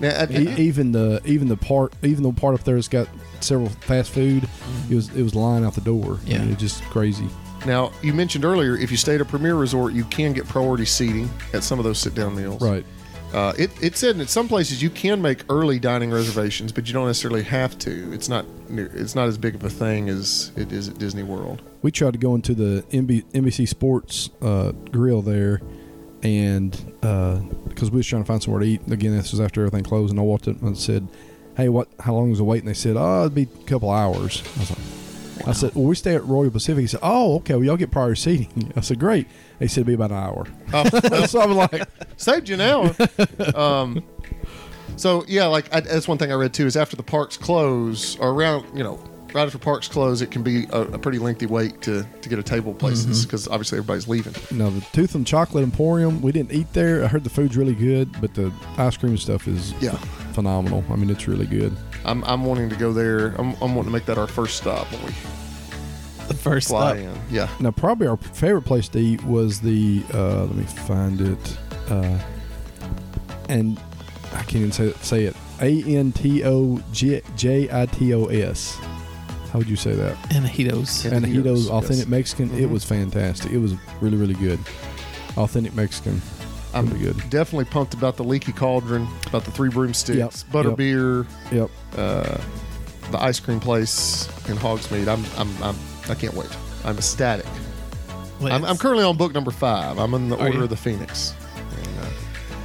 S3: Now, I-
S5: E- even the even the part even the part up there that's got several fast food, it was it was lying out the door. I
S4: Yeah.
S5: mean, it's just crazy.
S3: Now, you mentioned earlier if you stay at a premier resort, you can get priority seating at some of those sit down meals.
S5: Right.
S3: Uh, it, it said in some places you can make early dining reservations, but you don't necessarily have to. It's not near, it's not as big of a thing as it is at Disney World.
S5: We tried to go into the MB, NBC Sports uh, grill there, and because we was trying to find somewhere to eat. Again, this was after everything closed, and I walked up and said, "Hey, what? How long is the wait?" And they said, "Oh, it'd be a couple hours." I was like. I said, well, we stay at Royal Pacific. He said, oh, okay, well, y'all get prior seating. I said, great. They said, it'd be about an hour. so I'm like,
S3: Saved you now. um, so yeah, like I, that's one thing I read too is after the parks close or around you know right after parks close, it can be a, a pretty lengthy wait to to get a table places
S5: Mm-hmm.
S3: because obviously everybody's leaving.
S5: No, the Tooth and Chocolate Emporium. We didn't eat there. I heard the food's really good, but the ice cream stuff is
S3: Yeah.
S5: phenomenal. I mean, it's really good.
S3: I'm, I'm wanting to go there. I'm, I'm wanting to make that our first stop when we
S4: The first
S3: fly
S4: stop,
S3: in. Yeah.
S5: Now, probably our favorite place to eat was the. Uh, let me find it. Uh, and I can't even say, say it. A N T O J I T O S. How would you say that?
S4: Anahitos.
S3: Yeah.
S5: Anahito's
S3: Antojitos,
S5: authentic
S3: yes.
S5: Mexican. It
S3: Mhm.
S5: was fantastic. It was really, really good. Authentic Mexican.
S3: I'm
S5: Really good.
S3: definitely pumped about the leaky cauldron, about the three broomsticks,
S5: Yep,
S3: butterbeer,
S5: Yep.
S3: the ice cream place, and Hogsmeade. I'm, I'm, I'm I can't wait. I'm ecstatic. I'm, I'm currently on book number five. I'm in the
S4: Are
S3: Order
S4: you?
S3: of the Phoenix. And, uh,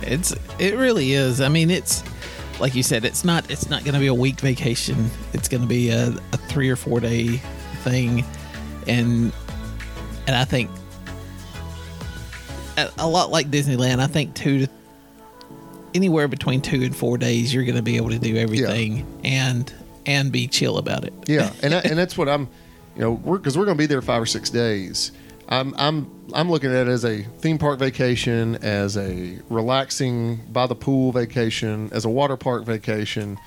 S4: It's it really is. I mean, it's like you said. It's not it's not going to be a week vacation. It's going to be a, a three or four day thing, and and I think a, a lot like Disneyland. I think two to anywhere between two and four days, you're going to be able to do everything and and be chill about it.
S3: yeah, and I, and that's what I'm, you know, we're because we're going to be there five or six days. I'm I'm I'm looking at it as a theme park vacation, as a relaxing by the pool vacation, as a water park vacation.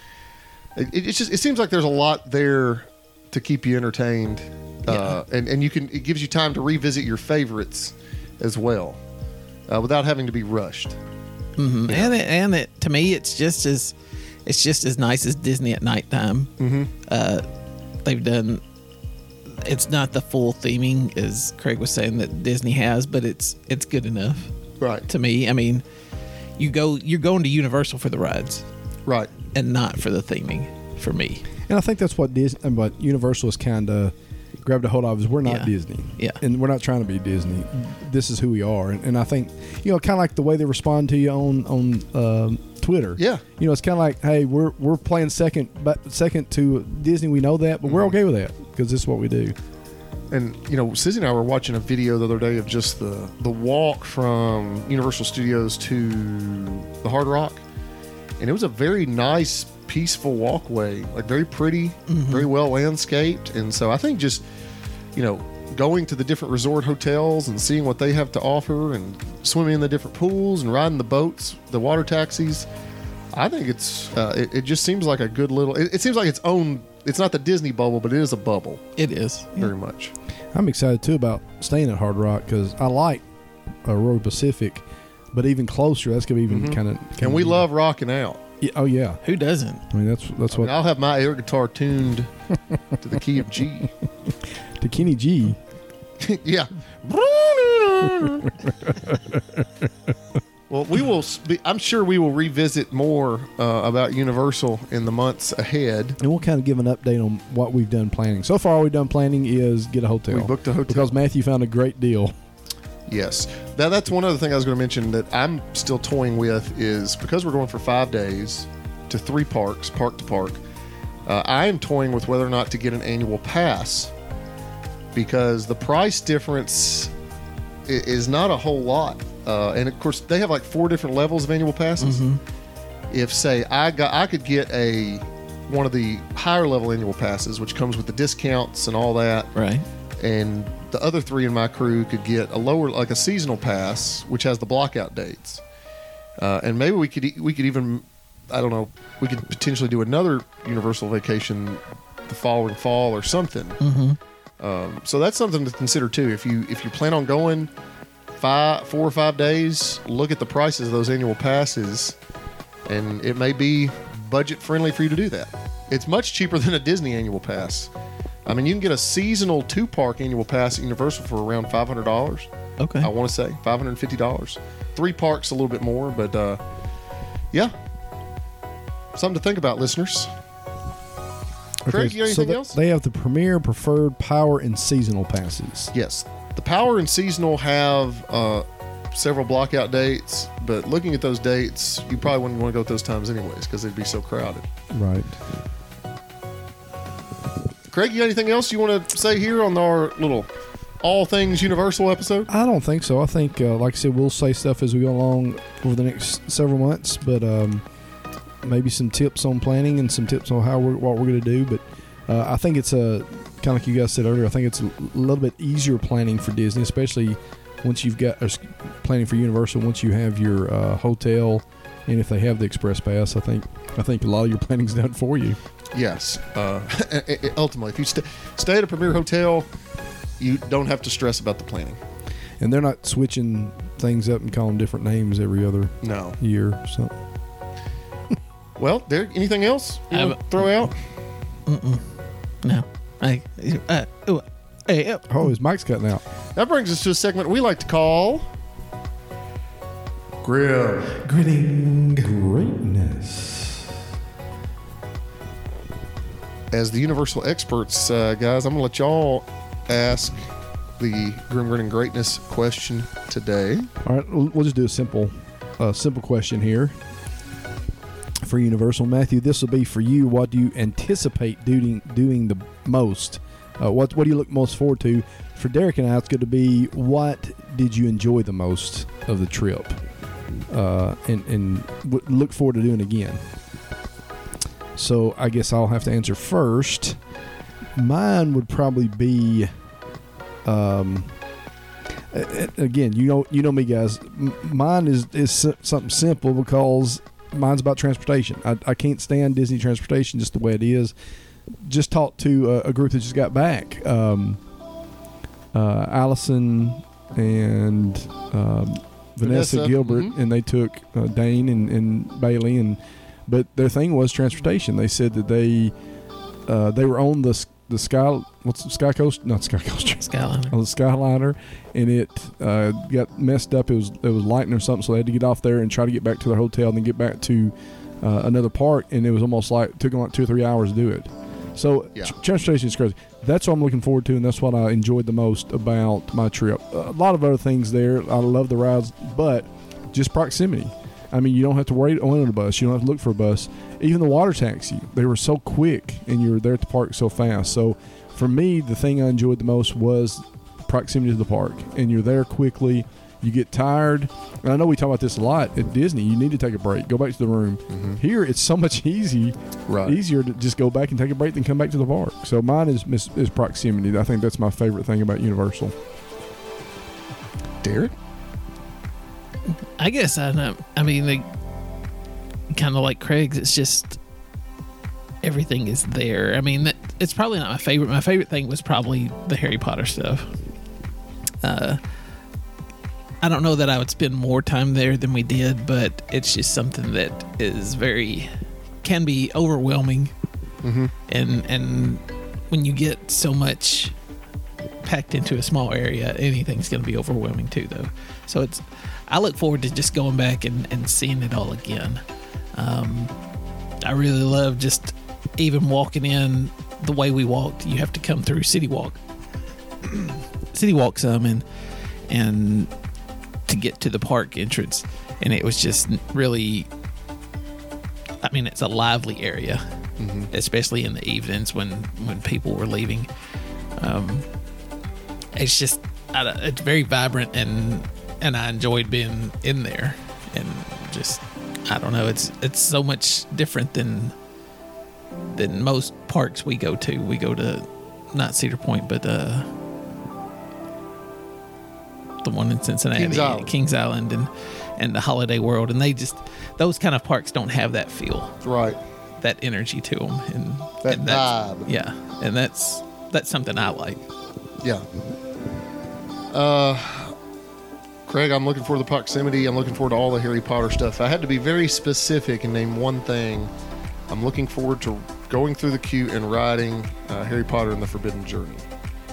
S3: It, it- it's just it seems like there's a lot there to keep you entertained, uh, and and you can it gives you time to revisit your favorites as well. uh, without having to be rushed.
S4: Mhm. And it, and it, to me, it's just as it's just as nice as Disney at nighttime. Mm-hmm. Uh, they've done. It's not the full theming as Craig was saying that Disney has, but it's it's good enough
S3: Right.
S4: to me. I mean, you go you're going to Universal for the rides
S3: Right.
S4: and not for the theming for me.
S5: And I think that's what Disney, but Universal is kind of grabbed a hold of is we're not
S4: Yeah.
S5: Disney,
S4: Yeah.
S5: and we're not trying to be Disney. This is who we are, and, and I think you know, kind of like the way they respond to you on on um, Twitter.
S3: Yeah.
S5: you know, it's kind of like, hey, we're we're playing second, but second to Disney. We know that, but we're
S3: Mm-hmm.
S5: okay with that because this is what we do.
S3: And you know, Susie and I were watching a video the other day of just the the walk from Universal Studios to the Hard Rock, and it was a very nice, peaceful walkway, like very pretty, very well landscaped. And so I think just you know, going to the different resort hotels and seeing what they have to offer, and swimming in the different pools and riding the boats, the water taxis. I think it's uh, it, it just seems like a good little. It, it seems like its own. It's not the Disney bubble, but it is a bubble
S4: It is.
S3: very much.
S5: I'm excited too about staying at Hard Rock because I like uh, Road Pacific, but even closer, that's gonna be even kind of.
S3: Mm-hmm. And we love rocking out.
S5: oh yeah,
S4: Who doesn't?
S5: I mean that's that's
S3: I
S5: what
S3: will have my air guitar tuned to the key of G.
S5: to Kenny G.
S3: yeah. well, we will. Be, I'm sure we will revisit more uh, about Universal in the months ahead.
S5: and we'll kind of give an update on what we've done planning. So far, all we've done planning is get a hotel.
S3: We booked a hotel.
S5: because Matthew found a great deal.
S3: Yes. Now that's one other thing I was going to mention that I'm still toying with is because we're going for five days to three parks, park to park. Uh, I am toying with whether or not to get an annual pass because the price difference i- is not a whole lot, uh, and of course they have like four different levels of annual passes. If say I got, I could get a one of the higher level annual passes, which comes with the discounts and all that
S4: Right.
S3: and the other three in my crew could get a lower, like a seasonal pass, which has the blockout dates. Uh, and maybe we could e- we could even, I don't know, we could potentially do another Universal vacation the following fall or something. Um, so that's something to consider too. If you if you plan on going five, four or five days, look at the prices of those annual passes, and it may be budget friendly for you to do that. It's much cheaper than a Disney annual pass. I mean, you can get a seasonal two park annual pass at Universal for around five hundred dollars.
S4: Okay.
S3: I want to say five hundred and fifty dollars. Three parks a little bit more, but uh, yeah, something to think about, listeners. Craig, you got
S5: so
S3: anything
S5: they-
S3: else?
S5: They have the premier, preferred, power, and seasonal passes.
S3: Yes. The power and seasonal have uh, several blockout dates, but looking at those dates, you probably wouldn't want to go at those times anyways because they'd be so crowded.
S5: Right.
S3: Craig, you got anything else you want to say here on our little all things Universal episode?
S5: I don't think so. I think, uh, like I said, we'll say stuff as we go along over the next several months, but um, maybe some tips on planning and some tips on how we're, what we're going to do. But uh, I think it's a kind of like you guys said earlier. I think it's a little bit easier planning for Disney, especially once you've got or s- planning for Universal. Once you have your uh, hotel, and if they have the express pass, I think I think a lot of your planning's done for you.
S3: Yes. Uh, ultimately, if you st- stay at a premier hotel, you don't have to stress about the planning.
S5: And they're not switching things up and calling different names every other
S3: No.
S5: year. So
S3: Well, there. Anything else you
S4: Um,
S3: wanna throw out?
S4: no. I. Uh, ooh, hey, uh,
S5: oh, his mic's cutting out.
S3: That brings us to a segment we like to call. Grim.
S5: Grinning greatness.
S3: as the Universal experts, uh, guys, I'm gonna let y'all ask the Grim Grinning Greatness question today.
S5: All right, we'll we'll just do a simple, uh, simple question here for Universal. Matthew, this will be for you. What do you anticipate doing doing the most? Uh, what What do you look most forward to? For Derek and I, it's going to be what did you enjoy the most of the trip, uh, and and w- look forward to doing again. So I guess I'll have to answer first. Mine would probably be. Um, a- a- again, you know, you know me, guys. M- mine is is si- something simple because mine's about transportation. I, I can't stand Disney transportation just the way it is. Just talked to a, a group that just got back. Um, uh, Allison and um, Vanessa,
S3: Vanessa,
S5: Gilbert,
S3: mhm.
S5: and they took uh, Dane and, and Bailey, and but their thing was transportation. They said that they uh, they were on the s- the sky what's the sky coast not sky coast
S4: Skyliner.
S5: on the skyliner, and it uh, got messed up. It was it was lightning or something, so they had to get off there and try to get back to their hotel, and then get back to uh, another park. And it was almost like took them like two or three hours to do it. So
S3: Yeah.
S5: tr- transportation is crazy. That's what I'm looking forward to, and that's what I enjoyed the most about my trip. A lot of other things there. I love the rides, but just proximity. I mean, you don't have to wait on a bus. You don't have to look for a bus. Even the water taxi, they were so quick, and you were there at the park so fast. So, for me, the thing I enjoyed the most was proximity to the park, and you're there quickly. You get tired, and I know we talk about this a lot at Disney. You need to take a break, go back to the room. Here, it's so much easy,
S3: Right.
S5: easier to just go back and take a break than come back to the park. So mine is is, is proximity. I think that's my favorite thing about Universal.
S3: Derek?
S4: I guess I know. I mean, they kind of like Craig's. It's just everything is there. I mean, that, it's probably not my favorite. My favorite thing was probably the Harry Potter stuff. Uh, I don't know that I would spend more time there than we did, but it's just something that is very can be overwhelming, and and when you get so much packed into a small area, anything's going to be overwhelming too, though. So it's, I look forward to just going back and, and seeing it all again. Um, I really love just even walking in the way we walked. You have to come through City Walk, City Walk some, and and to get to the park entrance, and it was just really. I mean, it's a lively area, especially in the evenings when when people were leaving. Um, it's just I don't- it's very vibrant and and I enjoyed being in there and just I don't know it's it's so much different than than most parks we go to we go to not Cedar Point but uh the one in Cincinnati
S3: Kings Island.
S4: Kings Island and and the Holiday World and they just those kind of parks don't have that feel
S3: Right.
S4: that energy to them and
S3: That
S4: and that's-
S3: vibe.
S4: yeah and that's that's something I like
S3: Yeah. Uh, Craig, I'm looking for the proximity. I'm looking forward to all the Harry Potter stuff. I had to be very specific and name one thing. I'm looking forward to going through the queue and riding uh, Harry Potter and the Forbidden Journey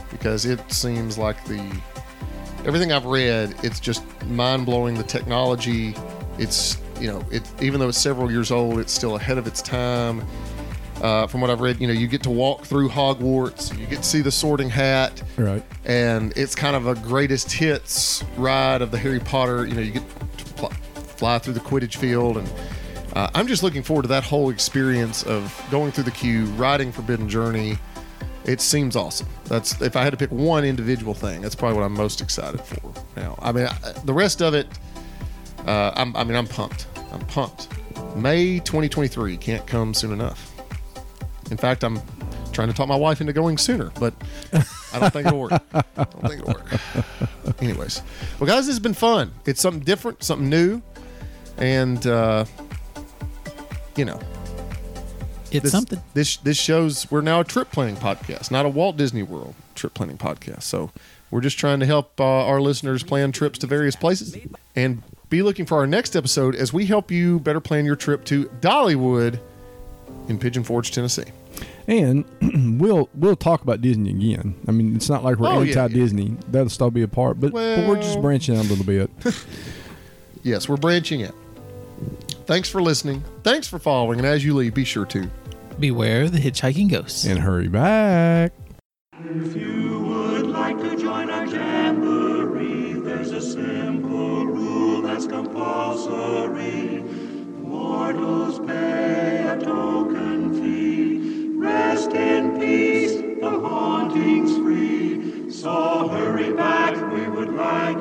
S3: because it seems like the everything I've read, it's just mind blowing. The technology, it's you know, it even though it's several years old, it's still ahead of its time uh, from what I've read, you know, you get to walk through Hogwarts, you get to see the Sorting Hat,
S5: Right.
S3: and it's kind of a greatest hits ride of the Harry Potter. You know, you get to pl- fly through the Quidditch field, and uh, I'm just looking forward to that whole experience of going through the queue, riding Forbidden Journey. It seems awesome. That's if I had to pick one individual thing, that's probably what I'm most excited for now. I mean, I, the rest of it, uh, I'm, I mean, I'm pumped. I'm pumped. May 2023 can't come soon enough. In fact, I'm trying to talk my wife into going sooner, but I don't think it'll work. I don't think it'll work. Anyways, well, guys, this has been fun. It's something different, something new, and uh, you know,
S4: it's
S3: this,
S4: something
S3: This this shows we're now a trip planning podcast, not a Walt Disney World trip planning podcast. So we're just trying to help uh, our listeners plan trips to various places and be looking for our next episode as we help you better plan your trip to Dollywood in Pigeon Forge, Tennessee.
S5: And we'll we'll talk about Disney again. I mean, it's not like we're
S3: Oh, yeah, yeah.
S5: anti Disney. That'll still be a part, but, but we're just
S3: Well-
S5: branching out a little bit.
S3: Yes, we're branching out. Thanks for listening. Thanks for following. And as you leave, be sure to.
S4: Beware the hitchhiking ghosts.
S5: and hurry back.
S2: If you would like to join our jamboree, there's a simple rule that's compulsory. Mortals pay a token fee. Rest in peace, the haunting's free. So hurry back, we would like